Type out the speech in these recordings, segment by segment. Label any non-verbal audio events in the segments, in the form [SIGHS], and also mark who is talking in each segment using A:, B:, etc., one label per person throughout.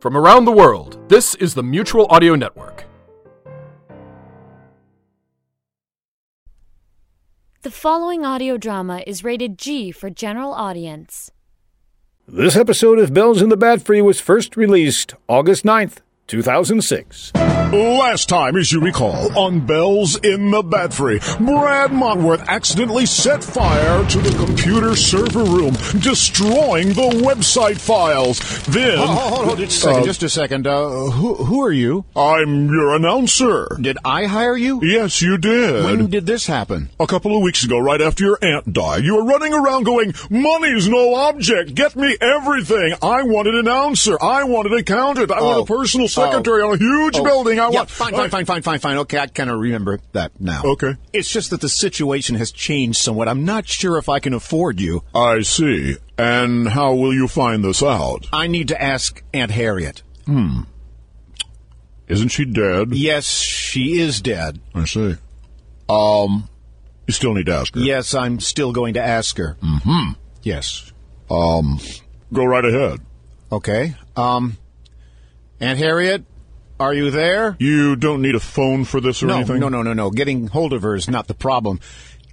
A: From around the world, this is the Mutual Audio Network.
B: The following audio drama is rated G for general audience.
C: This episode of Bells in the Bat Free was first released August 9th, 2006.
D: Last time, as you recall, on Bells in the Bat Free, Brad Montworth accidentally set fire to the computer server room, destroying the website files. Then.
E: Hold, [LAUGHS] hold, hold, just a second,
D: Uh,
E: just a second. Uh, who, who are you?
D: I'm your announcer.
E: Did I hire you?
D: Yes, you did.
E: When did this happen?
D: A couple of weeks ago, right after your aunt died, you were running around going, Money's no object. Get me everything. I wanted an announcer. I wanted an accountant. I want
E: Oh.
D: a personal secretary
E: Oh.
D: on a huge
E: Oh.
D: building. I
E: yeah,
D: want.
E: Fine,
D: I-
E: fine, fine, fine, fine, fine. Okay, I kind of remember that now.
D: Okay.
E: It's just that the situation has changed somewhat. I'm not sure if I can afford you. Uh,
D: I see. And how will you find this out?
E: I need to ask Aunt Harriet.
D: Isn't she dead?
E: Yes, she is dead.
D: I see. Um, you still need to ask her.
E: Yes, I'm still going to ask her. Mm-hmm. Yes.
D: Um, go right ahead.
E: Okay. Um, Aunt Harriet, are you there?
D: You don't need a phone for this or
E: no,
D: anything?
E: no, no, no, no. Getting hold of her is not the problem.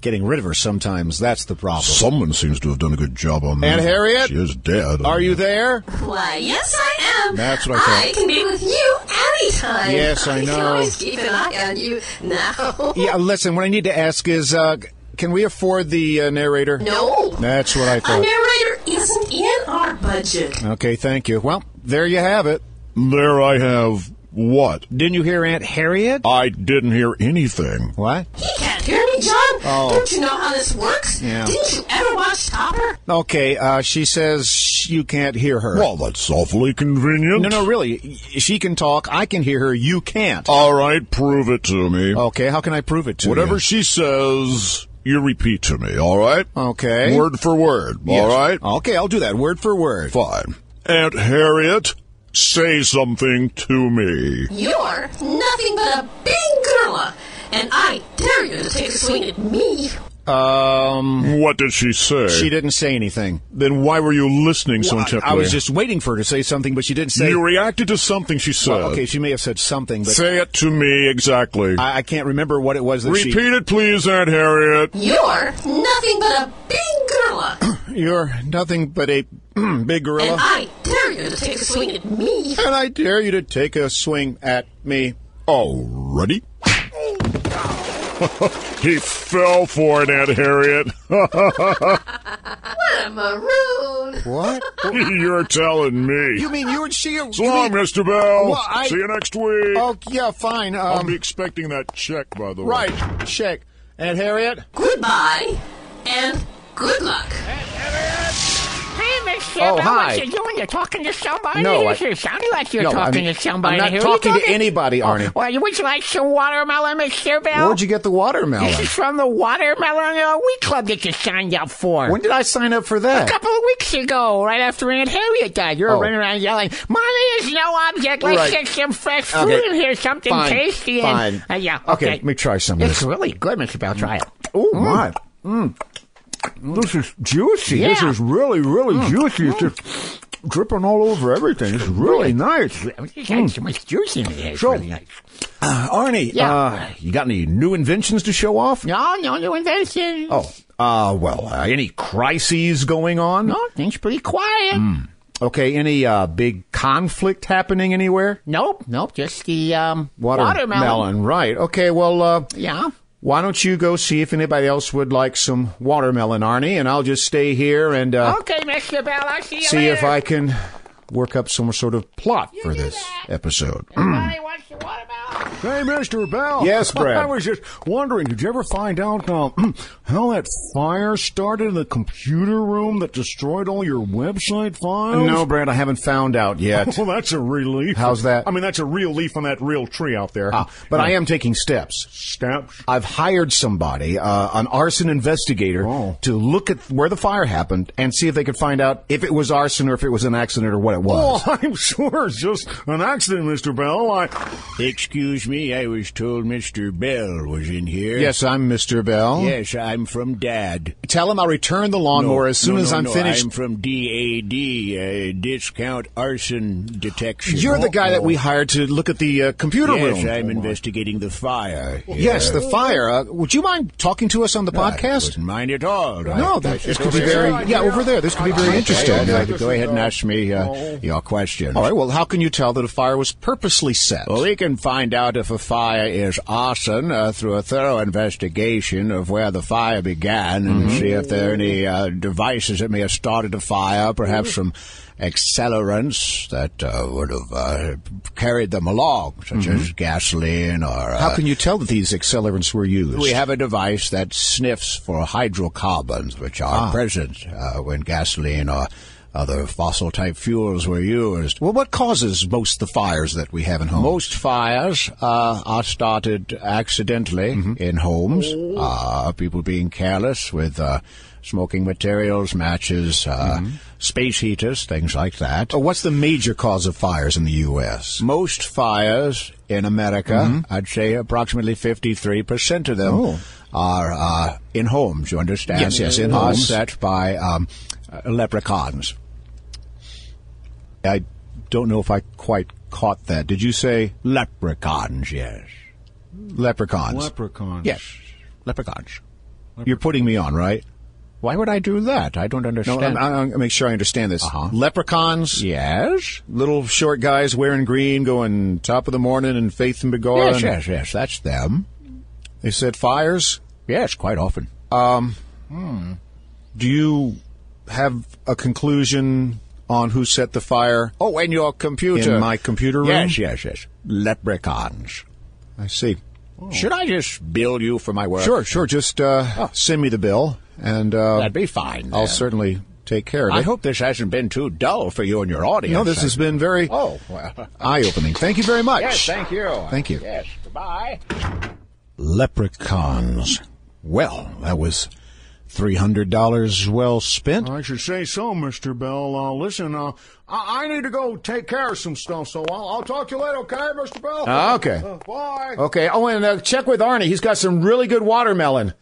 E: Getting rid of her sometimes, that's the problem.
D: Someone seems to have done a good job on that.
E: Aunt Harriet?
D: She is dead.
E: Are you there?
F: Why, yes, I am.
E: That's what I thought.
F: I can be with you anytime.
E: Yes, I
F: can
E: know.
F: always keep an eye on you now.
E: Yeah, listen, what I need to ask is uh, can we afford the uh, narrator?
F: No.
E: That's what I
F: A
E: thought.
F: narrator isn't in our budget.
E: Okay, thank you. Well, there you have it.
D: There I have what? Uh,
E: Didn't you hear Aunt Harriet?
D: I didn't hear anything.
E: What?
F: He can't hear me, John.
E: Oh.
F: Don't you know how this works?
E: Yeah.
F: Didn't you ever watch Topper?
E: Okay, uh, she says sh- you can't hear her.
D: Well, that's awfully convenient.
E: no, no, really. y- She can talk. I can hear her. You can't.
D: All right, prove it to me.
E: Okay, how can I prove it to
D: Whatever
E: you?
D: she says, you repeat to me, all right?
E: Okay.
D: Word for word, all right?
E: Okay, I'll do that word for word.
D: Fine. Aunt Harriet, say something to me.
F: You're nothing but a big gorilla. And I dare you to take a swing at me.
E: Um,
D: What did she say?
E: she didn't say anything.
D: Then why were you listening so
E: Well,
D: intently?
E: I, I was just waiting for her to say something, but she didn't say.
D: you reacted to something she said.
E: Well, okay, she may have said something, but
D: say it to me exactly.
E: I, I can't remember what it was that
D: Repeat
E: she.
D: it, please, Aunt Harriet.
F: You're nothing but a big gorilla.
E: Uh-huh. You're nothing but a [CLEARS THROAT] big gorilla,
F: And I dare you to take a swing at me.
E: and I dare you to take a swing at me.
D: Already? [LAUGHS] he fell for it, Aunt Harriet. [LAUGHS]
F: What a maroon.
E: What?
D: You're telling me.
E: you mean you and she? Are,
D: so long, Mr. Bell.
E: Well, I-
D: See you next week.
E: Oh yeah, fine.
D: I'll be
E: Um,
D: expecting that check, by the way.
E: right. Check. Aunt Harriet.
F: Goodbye and good luck.
G: Hey, Miss Shaver,
E: Oh, hi.
G: what you doing? You're talking to somebody?
E: No, I-
G: you sounded like you're
E: No,
G: talking
E: I'm-
G: to somebody.
E: I'm not
G: Who are you Oh,
E: talking to anybody, Arnie.
G: Well, you- would you like some watermelon, Miss Shaver?
E: Where'd you get the
G: This
E: watermelon?
G: is from the Watermelon uh, Wheat Club that you signed up for.
E: When did I sign up for
G: a
E: that?
G: couple of weeks ago, right after Aunt Harriet died, you were
E: Oh.
G: running around yelling, "Money is no object. Let's
E: Right.
G: get some fresh food
E: Okay.
G: in here, something
E: Fine.
G: tasty."
E: Fine.
G: And, uh, yeah.
E: Okay,
G: Okay.
E: let me try some of
G: It's
E: this.
G: really good, Mr. Bell. Try it.
H: Oh my!
E: Mm.
H: Mm. This is juicy. This
G: Yeah. Mm.
H: is really, really juicy. It's just dripping all over everything. It's really nice.
G: It's got so much juice in it. It's
H: Sure.
G: really nice.
E: Arnie,
G: Yeah.
E: uh, you got any new inventions to show off?
G: No, no new invention.
E: Oh, uh, well, uh, any crises going on?
G: No, Oh, things pretty quiet.
E: Mm. Okay, any uh, big conflict happening anywhere?
G: Nope, nope. Just the um,
E: Water-
G: watermelon.
E: melon, right. Okay, well, uh,
G: Yeah.
E: why don't you go see if anybody else would like some watermelon, Arnie, and I'll just stay here and uh,
G: Okay, Mr. Bell. I'll see you
E: see
G: later.
E: if I can work up some sort of plot for
G: do
E: this
G: that.
E: episode.
G: Everybody wants your watermelon.
H: Hey, Mr. Bell.
D: [LAUGHS]
E: [CLEARS THROAT] Yes, Brad.
H: I was just wondering, did you ever find out um, [CLEARS THROAT] how that fire started in the computer room that destroyed all your website files?
E: No, Brad, I haven't found out
H: [LAUGHS]
E: yet.
H: Well, that's a relief.
E: How's that?
H: I mean, that's a real leaf on that real tree out there.
E: Ah, but I
H: Yeah.
E: am taking steps.
H: Steps.
E: I've hired somebody, uh, an arson investigator,
H: Oh.
E: to look at where the fire happened and see if they could find out if it was arson or if it
H: [LAUGHS]
E: was an accident or what it was.
H: Oh, I'm sure it's just an accident, Mr. Bell. I.
E: Excuse
I: me? I was told Mr. Bell was in here.
E: Yes, I'm Mr. Bell.
I: Yes, I'm from Dad.
E: Tell him I'll return the lawnmower as soon
I: No,
E: as
I: no,
E: I'm
I: no,
E: finished.
I: I'm from DAD, uh, Discount Arson Detection.
E: You're the guy that we hired to look at the uh, computer
I: Oh. Yes,
E: room.
I: I'm investigating the fire.
E: Yes,
I: Yeah.
E: the fire. Uh, would you mind talking to us on the
I: I
E: podcast?
I: wouldn't mind at all.
E: No, that, this could be very yeah over there. This could be very interesting.
I: go ahead and ask me uh, your question.
E: All right. Well, how can you tell that a fire was purposely set?
I: Well, we can find out if a fire is arson uh, through a thorough investigation of where the fire began and see if there are any uh, devices that may have started a fire, perhaps some accelerants that uh, would have uh, carried them along, such as gasoline or. Uh,
E: how can you tell that these accelerants were used?
I: we have a device that sniffs for hydrocarbons, which
E: Ah.
I: are present uh, when gasoline or other fossil type fuels were used.
E: Well, what causes most of the fires that we have in homes?
I: Most fires uh, are started accidentally
E: Mm-hmm.
I: in homes.
E: Oh.
I: Uh, people being careless with uh, smoking materials, matches, uh, space heaters, things like that.
E: Uh, Mm-hmm. what's the major cause of fires in the U.S.?
I: Most fires in America, I'd say approximately 53% of them
E: Mm-hmm. Oh.
I: are uh, in homes, you understand?
E: Yes, yes, in
I: are
E: homes.
I: set by um, uh, leprechauns.
E: I don't know if I quite caught that. Did you say
I: Leprechauns, yes.
E: leprechauns?
H: Leprechauns.
E: yes, leprechauns. You're putting me on, right?
I: Why would I do that? I don't
E: No,
I: understand.
E: I'm, I'm, I'm gonna make sure I understand this.
I: Uh-huh.
E: Leprechauns,
I: yes?
E: little short guys wearing green, going top of the morning and faith and begorrah.
I: Yes,
E: and
I: yes, yes. That's them.
E: They set fires. Um,
I: Yes, quite often. Hmm.
E: Do you have a conclusion on who set the fire?
I: Oh, and your computer.
E: In my computer room?
I: Yes, yes, yes. Leprechauns.
E: I see.
I: Should I just bill you for my work? Oh.
E: Sure, sure. Just uh, send me the bill, and uh,
I: That'd be fine.
E: I'll
I: then.
E: certainly take care of it.
I: I hope this hasn't been too dull for you and your audience.
E: No, this has been very
I: Oh, well. [LAUGHS]
E: eye-opening. Thank you very much.
I: Yes, thank you.
E: Thank you.
I: Yes, goodbye. Leprechauns. Well, that was $300 well spent.
H: I should say so, Mr. Bell. Uh, listen, uh, I-, I need to go take care of some stuff, so I'll, I'll talk to you later, okay, Mr. Bell?
E: Ah, okay.
H: Uh, bye.
E: Okay. Oh, and uh, check with Arnie. He's got some really good watermelon.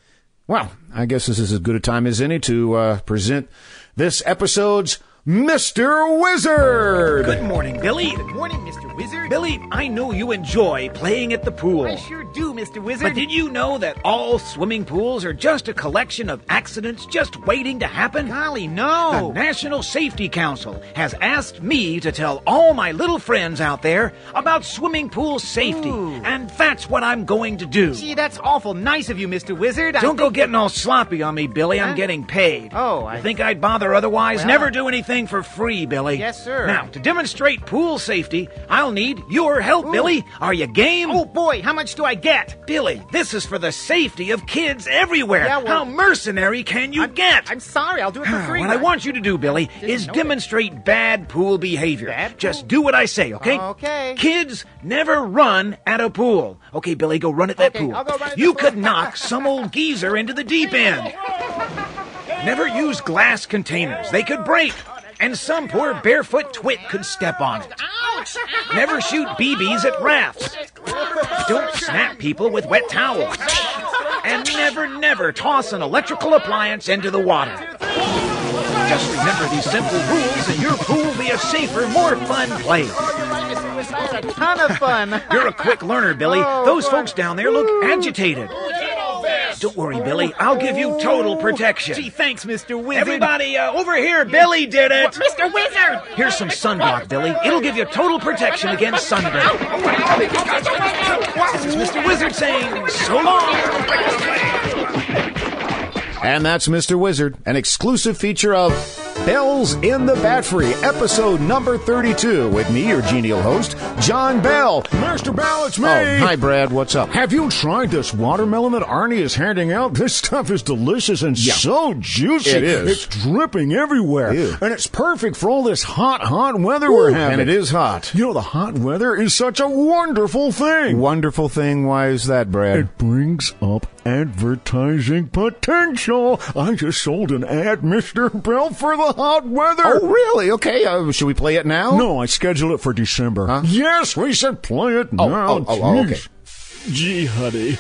E: Well, I guess this is as good a time as any to uh, present this episode's Mr. Wizard.
J: Good morning, Billy. Good morning, Mr. Wizard. Billy, I know you enjoy playing at the pool. I sure do, Mr. Wizard. But did you know that all swimming pools are just a collection of accidents just waiting to happen? Golly, no. The National Safety Council has asked me to tell all my little friends out there about swimming pool safety, and that's what I'm going to do.
G: Gee, that's awful nice of you, Mr. Wizard.
J: Don't go getting all sloppy on me, Billy. I'm getting paid.
G: Oh,
J: You
G: I-
J: think I'd bother otherwise?
G: Well,
J: Never
G: I-
J: do anything for free, Billy.
G: Yes, sir.
J: Now, to demonstrate pool safety, I'll need your help, Billy. Are you game?
G: Oh boy, how much do I get?
J: Billy, this is for the safety of kids everywhere.
G: Yeah, well-
J: How mercenary can you
G: I'm,
J: get?
G: I'm sorry, I'll do
J: [SIGHS]
G: it for free.
J: What I
G: but-
J: want you to do, Billy, is
G: know
J: demonstrate bad pool behavior.
G: Bad
J: Just
G: pool?
J: do what I say, okay?
G: Okay.
J: Kids never run at a pool. Okay, Billy, go run at that
G: Okay,
J: pool.
G: I'll go run at the
J: you
G: pool.
J: could knock some old geezer into the deep end. Never use glass containers. They could break. And some poor barefoot twit could step on it.
F: Ouch!
J: Never shoot BBs at rafts. Don't snap people with wet towels. And never, never toss an electrical appliance into the water. Just remember these simple rules and your pool will be a safer, more fun place.
G: That's a ton of fun.
J: You're a quick learner, Billy.
G: Oh,
J: Those
G: boy.
J: folks down there look agitated. Don't worry, Billy. I'll give you total protection.
G: Gee, thanks, Mr. Wizard.
J: Everybody, uh, over here. Billy did it.
G: Mr. Wizard!
J: Here's some sunblock, Billy. It'll give you total protection against sunburn.
G: Oh,
J: It's Mr. Wizard saying, so long.
E: And that's Mr. Wizard, an exclusive feature of Bells in the Bat Free, episode number 32, with me, your genial host, John Bell.
H: Mr. Bell, it's me.
E: Oh, hi, Brad. What's up?
H: Have you tried this watermelon that Arnie is handing out? This stuff is delicious and
E: Yeah.
H: so juicy.
E: It is.
H: It's dripping everywhere.
E: Ew.
H: And it's perfect for all this hot, hot weather
E: Ooh,
H: we're having.
E: and it is hot.
H: You know, the hot weather is such a wonderful thing.
E: Wonderful thing. Why is that, Brad?
H: It brings up advertising potential. I just sold an ad, Mr. Bell, for the hot weather.
E: Oh, really? Okay. Uh, should we play it now?
H: No, I scheduled it for December.
E: Huh?
H: Yes, we said play it
E: Oh,
H: now.
E: oh, oh, oh, okay.
H: Jeez.
E: Gee, honey,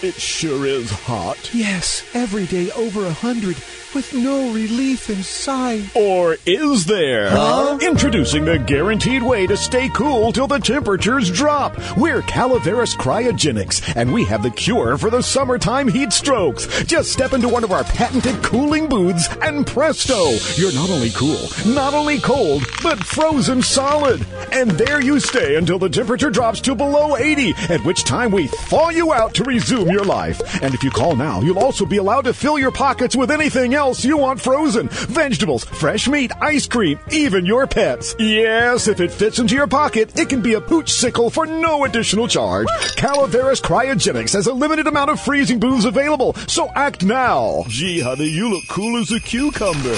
E: it sure is hot.
K: Yes, every day over a hundred, with no relief in sight.
E: Or is there? Introducing the guaranteed way to stay cool till the temperatures drop. We're Calaveras Cryogenics, and we have the cure for the summertime heat strokes. Just step into one of our patented cooling booths, and presto, you're not only cool, not only cold, but frozen solid. And there you stay until the temperature drops to below 80, at which time we thaw you out to resume your life. And if you call now, you'll also be allowed to fill your pockets with anything else you want frozen vegetables, fresh meat, ice cream, even your pets. Yes, if it fits into your pocket, it can be a pooch sickle for no additional charge. Calaveras Cryogenics has a limited amount of freezing booths available, so act now.
L: Gee, honey, you look cool as a cucumber.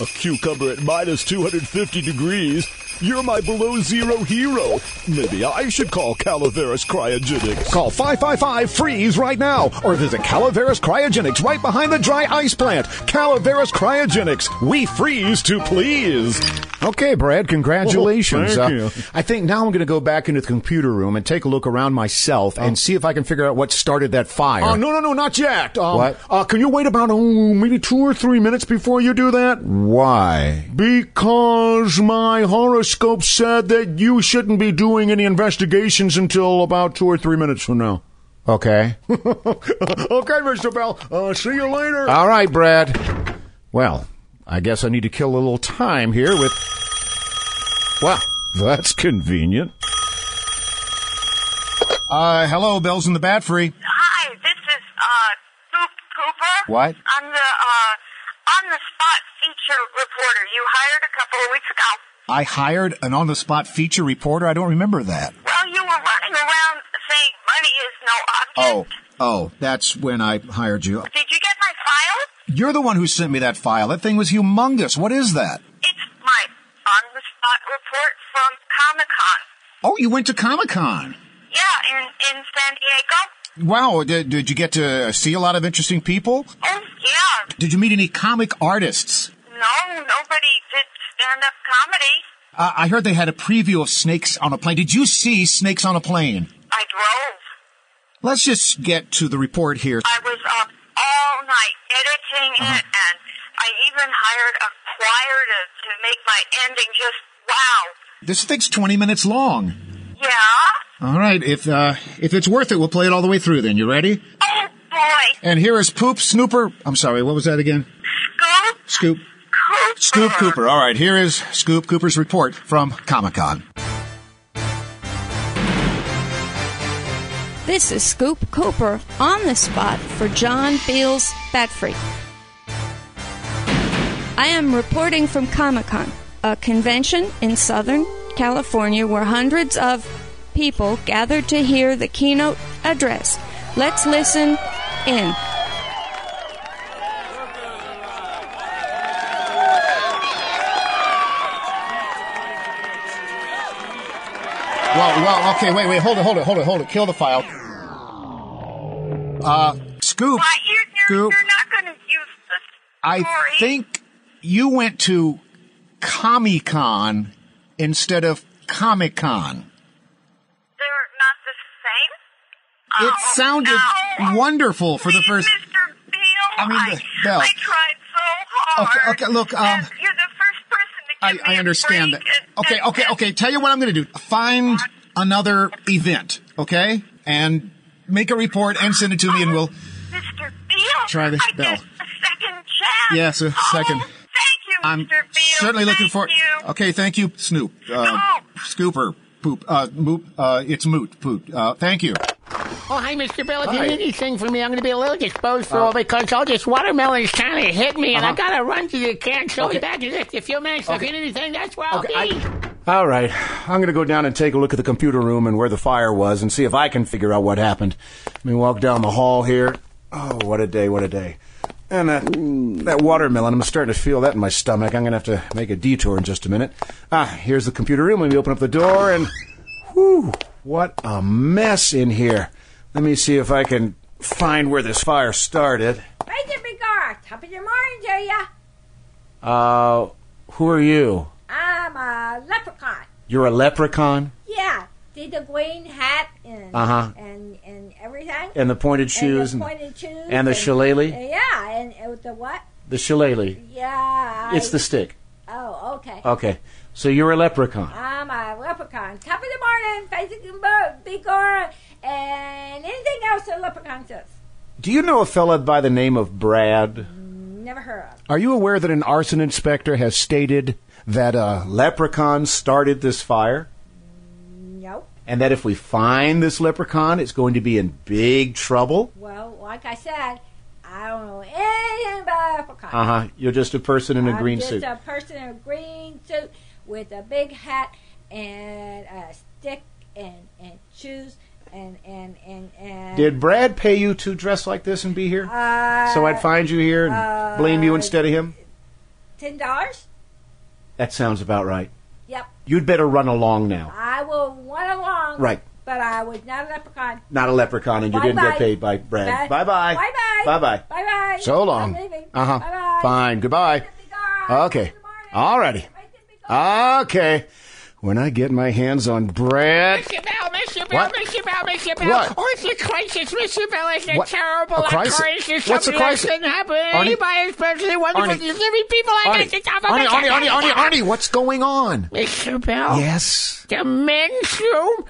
L: A cucumber at minus 250 degrees. You're my below zero hero. Maybe I should call Calaveras Cryogenics.
E: Call 555 Freeze right now or visit Calaveras Cryogenics right behind the dry ice plant. Calaveras Cryogenics. We freeze to please.
M: Okay, Brad, congratulations.
E: [LAUGHS]
M: Uh,
E: Oh, thank you.
M: I think now I'm going to go back into the computer room and take a look around myself and see if I can figure out what started that fire.
E: Oh, no, no, no, not yet. Um,
M: What?
E: Uh, can you wait about oh, maybe two or three minutes before you do that?
M: Why?
E: Because my horoscope said that you shouldn't be doing any investigations until about two or three minutes from now.
M: Okay.
E: [LAUGHS] okay, Mr. Bell. Uh, see you later.
M: All right, Brad. Well, I guess I need to kill a little time here with. Wow, that's convenient.
I: Uh, hello, Bells in the Bat Free.
J: Hi, this is uh Coop Cooper.
I: What?
J: I'm the uh on the spot feature reporter you hired a couple of weeks ago.
I: I hired an on the spot feature reporter. I don't remember that.
J: Well, you were running around saying money is no object.
I: Oh, oh, that's when I hired you.
J: Did you get my file?
I: You're the one who sent me that file. That thing was humongous. What is that?
J: It's my on the spot report from Comic Con.
I: Oh, you went to Comic Con.
J: Yeah, in in San Diego.
I: Wow, did, did you get to see a lot of interesting people?
J: Oh yeah.
I: Did you meet any comic artists?
J: No, nobody did stand up comedy.
I: Uh, I heard they had a preview of Snakes on a Plane. Did you see Snakes on a Plane?
J: I drove.
I: Let's just get to the report here. Uh-huh.
J: I was up all night editing it, and I even hired a choir to, to make my ending just wow.
I: This thing's 20 minutes long.
J: Yeah?
I: All right, if uh, if it's worth it, we'll play it all the way through. Then you ready?
J: Oh boy.
I: And here is Poop Snooper. I'm sorry, what was that again? Scoop.
J: Scoop Cooper.
I: Scoop Cooper. All right, here is Scoop Cooper's report from Comic Con.
D: This is Scoop Cooper on the spot for John Beale's Bat Freak. I am reporting from Comic Con, a convention in Southern California where hundreds of people gathered to hear the keynote address. Let's listen in.
I: Well, well, okay, wait, wait, hold it, hold it, hold it, hold it. Kill the file. Uh, Scoop.
J: Why, you're, you're,
I: Scoop.
J: you're not going to use the
I: I
J: story.
I: think you went to Comic Con instead of Comic Con.
J: They're not the same?
I: It
J: Oh,
I: sounded
J: no.
I: wonderful for the first.
J: Mr. Beale,
I: I mean, the- Belle.
J: I tried so
F: Oh,
J: hard.
I: Okay, okay, look, um,
J: and you're the first person to
I: I,
J: give me
I: I
J: a
I: understand that.
J: break and-
I: Okay,
J: and-
I: okay, okay. Tell you what I'm going to do. Find another event, okay, and make a report and send it to me, and we'll.
J: Mr. Beale.
I: Try the
J: Oh, I
I: bell.
J: get a second chance.
I: Yes, a second.
J: Oh, thank you,
I: I'm
J: Mr. Beale.
I: certainly looking
J: Thank
I: for.
J: You.
I: Okay, thank you, Snoop. Uh, Scooper, poop. Uh, moop. Uh, it's moot. Poot. Uh, thank you.
G: Oh, hi, Mr. Bill. If you
I: Hi.
G: need anything from me, I'm going to be a little disposable because all this watermelon is trying to hit me, and I got to run to the can. So
M: Okay.
G: be back in just a few minutes. So If you need anything, that's where I'll be.
M: All right. I'm going to go down and take a look at the computer room and where the fire was and see if I can figure out what happened. Let me walk down the hall here. Oh, what a day, what a day. And that, that watermelon, I'm starting to feel that in my stomach. I'm going to have to make a detour in just a minute. Ah, here's the computer room. Let me open up the door and. Whew, what a mess in here. Let me see if I can find where this fire started.
N: Right to be gone. Top of the morning to ya.
M: Uh, who are you?
N: I'm a leprechaun.
M: You're a leprechaun?
N: Yeah.
O: did the green hat and
D: Uh-huh.
O: and and everything.
D: And the pointed
O: the
D: shoes and-
O: pointed shoes,
D: and the shillelagh?
O: Yeah, and uh, the what?
D: The shillelagh.
O: Yeah.
D: It's the stick.
O: Oh, okay.
D: Okay. So you're a leprechaun.
O: I'm a leprechaun. Top of the morning, facing bird, big aura, and anything else a leprechaun says.
D: Do you know a fella by the name of Brad?
O: Never heard of.
D: Are you aware that an arson inspector has stated that a leprechaun started this fire?
O: Nope.
D: And that if we find this leprechaun, it's going to be in big trouble?
O: Well, like I said, I don't know anything about leprechaun.
D: Uh huh. You're just a person in a
O: I'm
D: green
O: just
D: suit.
O: a person in a green suit with a big hat and a stick and and shoes and and and and.
D: Did Brad pay you to dress like this and be here?
O: Uh,
D: so I'd find you here and
O: uh,
D: blame you instead of him?
O: ten dollars?
D: That sounds about right.
O: Yep.
D: You'd better run along now.
O: I will run along.
D: Right.
O: But I was not a leprechaun.
D: Not a leprechaun, and you didn't
O: Bye-bye.
D: get paid by Brad.
O: Bye
D: bye.
O: Bye bye.
D: Bye bye.
O: Bye bye.
E: So
D: Um,
E: long.
O: I'm leaving.
E: Uh
D: Uh-huh.
E: huh.
O: Bye-bye.
E: Fine. Goodbye. Okay. All righty.
D: Okay. Uh, When I get my hands on Brad.
G: Mr. Bell, Mr. Bell,
D: What?
G: Mr. Bell, Mr. Bell.
D: What?
G: Oh, it's a crisis, Mr. Bell. It's a
D: What?
G: terrible
D: A crisis?
G: crisis.
D: What's a
G: Something like
D: crisis?
G: that happened.
D: Arnie?
G: Anybody, especially wonderful,
D: Arnie.
G: deserving people like
D: Arnie,
G: this. It's awful.
D: Arnie, Arnie, Arnie, Arnie, Arnie, what's going on?
G: Mr. Bell.
D: Yes.
G: The men's room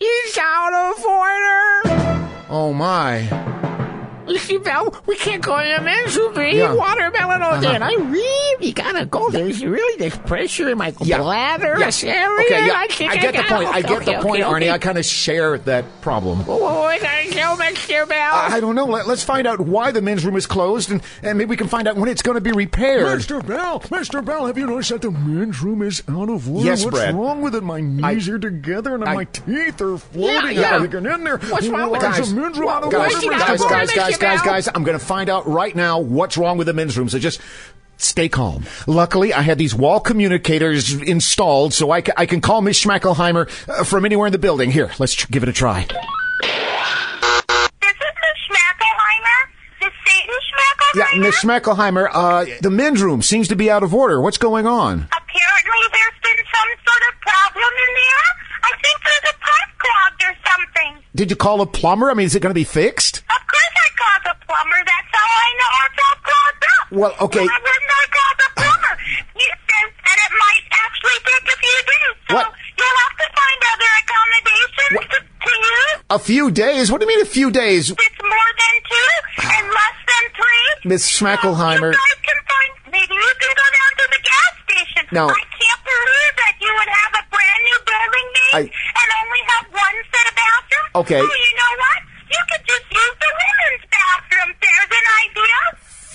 G: is out of order.
E: Oh, my.
G: Mr. Bell, we can't go in the men's room. They
E: Yeah.
G: eat watermelon all day,
E: Uh-huh.
G: and I really gotta go. There's really this pressure in my bladder.
E: Yeah.
G: It's everywhere.
E: Okay, yeah. I,
G: can't
E: get the
G: out.
E: point. I get
G: Okay,
E: the point,
G: okay,
E: Arnie.
G: okay.
E: I kind of share that problem.
G: Oh, I gotta go,
E: Uh,
G: Mr. Bell.
E: I don't know. Let, us find out why the men's room is closed, and, and maybe we can find out when it's going to be repaired.
P: Mr. Bell, Mr. Bell, have you noticed that the men's room is out of order?
E: Yes,
P: What's
E: Brad.
P: wrong with it? My knees are together and
E: I-
P: my teeth are floating.
E: Yeah, yeah.
P: I can in there.
E: What's wrong with
P: Why
E: guys?
P: is the men's room out of
E: guys,
P: order, Mr.
E: guys,
P: Bell?
E: guys, guys, guys, guys, I'm going to find out right now what's wrong with the men's room. So just stay calm. Luckily, I had these wall communicators installed, so I, ca- I can call Miss Schmackelheimer uh, from anywhere in the building. Here, let's tr- give it a try.
J: Schmackelheimer? The Satan Schmackelheimer?
E: Yeah, Miss Schmackelheimer, uh, the men's room seems to be out of order. What's going on?
J: Apparently there's been some sort of problem in there. I think there's a pipe clogged or something.
E: Did you call a plumber? I mean, is it going to be fixed?
J: Of course I called the plumber. That's how I know it's all clogged up.
E: Well, okay.
J: Why wouldn't I call the plumber? you said that it might actually take a few days. So
E: What?
J: you'll have to find other accommodations to, to use.
E: A few days? What do you mean a few days?
J: It's more than two and less than three.
E: Miss Schmackelheimer.
J: You guys can find, maybe you can go down to the gas station.
E: No.
J: I can't believe that you would have a brand new building
E: I-
J: made and only have one set of bathrooms.
E: Okay.
J: Oh, you know what? You could just use the women's bathroom. There's an idea.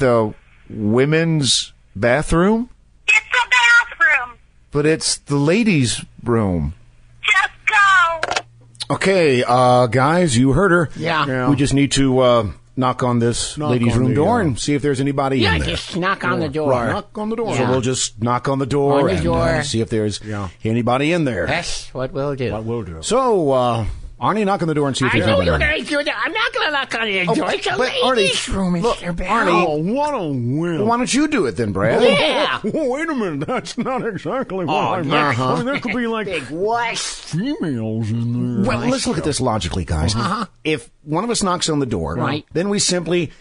E: The women's bathroom?
J: It's a bathroom.
E: But it's the ladies' room.
J: Just go.
D: Okay, uh, guys, you heard her.
G: Yeah. Yeah.
D: We just need to uh, knock on this
E: Knock
D: ladies'
E: on
D: room
E: the,
D: door
E: uh,
D: and see if there's anybody
G: Yeah,
D: in there.
G: just knock on the
E: Oh,
G: door.
D: Right.
G: Knock on the door.
D: So
G: Yeah.
D: we'll just knock on the door
G: On the
D: and uh,
G: door.
D: see if there's anybody in there.
G: That's what we'll do. What
D: we'll do. So, uh, Arnie, knock on the door and see if
G: I
D: there's
G: know
D: anybody
G: you're
D: in there.
G: going to do that. I'm not going to knock on the
E: Oh,
G: door. It's a
E: but Arnie,
G: ladies' room,
E: look,
G: Mr. Bell.
E: Arnie.
P: Oh, what a win.
E: Why don't you do it then, Brad?
O: [LAUGHS]
G: Yeah.
P: Oh, wait a minute. That's not exactly what
E: Oh,
P: I meant.
E: uh-huh.
P: I mean, there could be like
G: Big wuss.
P: females in there.
E: Well, let's look at this logically, guys.
G: Uh-huh.
E: If one of us knocks on the door,
G: Right.
E: then we simply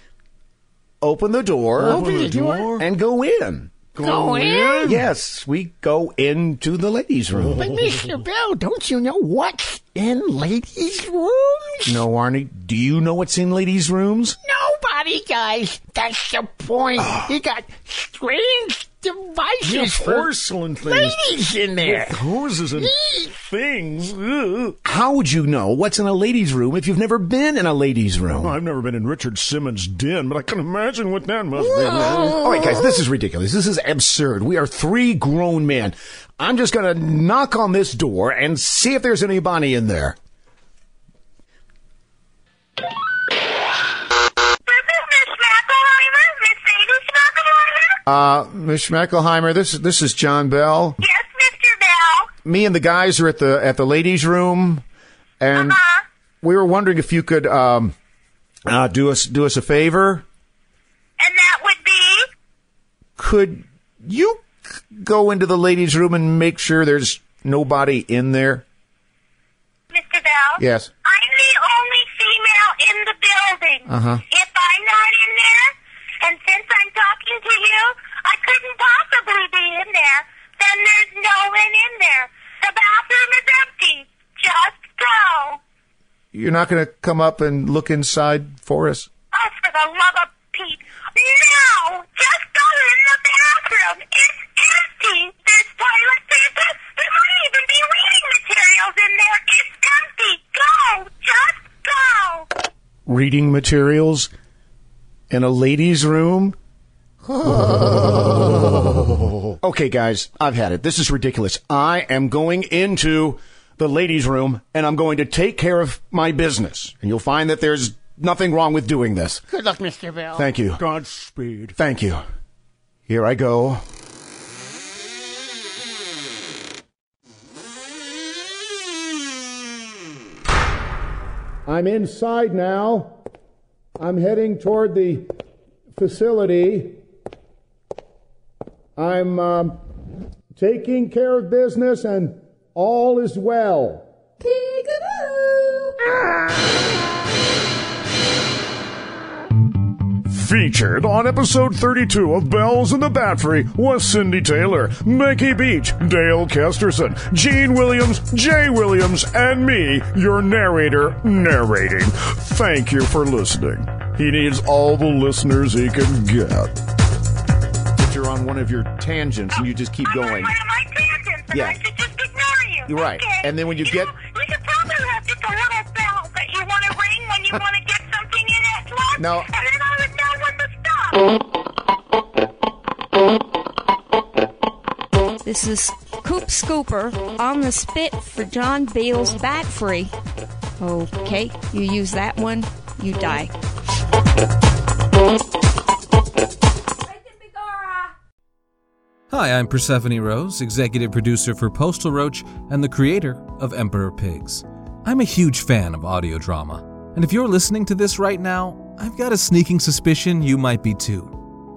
E: open the door,
G: Open the door.
E: and go in.
G: Go in?
E: Yes, we go into the ladies' room.
G: But, Mr. Bell, don't you know what's in ladies' rooms?
E: No, Arnie, do you know what's in ladies' rooms?
G: Nobody, guys. That's the point. [SIGHS] you got strange devices
P: Yeah,
G: for
P: porcelain things.
G: ladies in there.
P: With hoses and
G: Eek.
P: things. Ugh.
E: How would you know what's in a ladies' room if you've never been in a ladies' room?
P: Well, I've never been in Richard Simmons' den, but I can imagine what that must
E: All right, guys, this is ridiculous. This is absurd. We are three grown men. I'm just going to knock on this door and see if there's anybody in there.
J: This is Miss Schmackelheimer, Miss Sadie Schmackelheimer.
E: Uh, Miss Schmeckelheimer, this this is John Bell.
J: Yes, Mr. Bell.
E: Me and the guys are at the at the ladies' room, and we were wondering if you could um, uh, do us do us a favor.
J: And that would be?
E: Could you go into the ladies' room and make sure there's nobody in there?
O: Mr. Bell?
I: Yes.
O: I'm the only female in the building.
I: Uh-huh.
O: If I'm not in there, and since I'm talking to you, I couldn't possibly be in there, then there's no one in there. The bathroom is empty. Just go.
I: You're not going to come up and look inside for us?
O: Oh, for the love of Pete. No! Just go in the bathroom. It's empty. There's toilet paper. There might even be reading materials in there. It's empty. Go! Just go!
I: Reading materials in a ladies' room?
E: [LAUGHS] Okay, guys, I've had it. This is ridiculous. I am going into the ladies' room and I'm going to take care of my business. And you'll find that there's nothing wrong with doing this.
Q: Good luck, Mr. Bell.
E: Thank you.
R: Godspeed.
E: Thank you. Here I go.
I: I'm inside now. I'm heading toward the facility. I'm um, taking care of business and all is well.
D: Featured on episode 32 of Bells in the Battery was Cindy Taylor, Mickey Beach, Dale Kesterson, Gene Williams, Jay Williams, and me, your narrator, narrating. Thank you for listening. He needs all the listeners he can get.
E: If you're on one of your tangents and you just keep going.
O: My tangents, and
E: Yeah.
O: I should just ignore you.
E: You're right.
O: Okay?
E: And then when you get-
O: know, we should probably have just a little bell that you want to ring
E: [LAUGHS]
O: when you want to get something in at once.
E: No.
O: And then I would know when to stop.
S: This is Coop Scooper on the spit for John Beale's Bat Free. Okay, you use that one, you die.
J: Hi, I'm Persephone Rose, executive producer for Postal Roach and the creator of Emperor Pigs. I'm a huge fan of audio drama, and if you're listening to this right now, I've got a sneaking suspicion you might be too.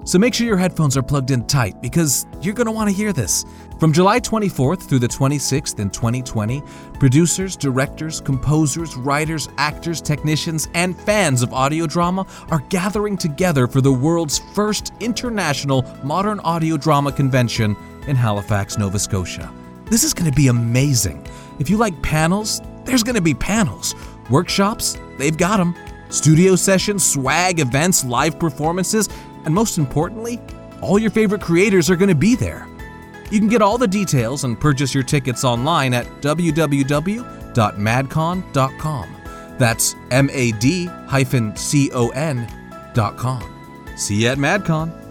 J: So make sure your headphones are plugged in tight because you're going to want to hear this. From July 24th through the 26th in 2020, producers, directors, composers, writers, actors, technicians, and fans of audio drama are gathering together for the world's first international modern audio drama convention in Halifax, Nova Scotia. This is going to be amazing. If you like panels, there's going to be panels. Workshops, they've got them. Studio sessions, swag events, live performances, and most importantly, all your favorite creators are going to be there. You can get all the details and purchase your tickets online at www.madcon.com. That's M A D hyphen C O N dot com. See you at MadCon.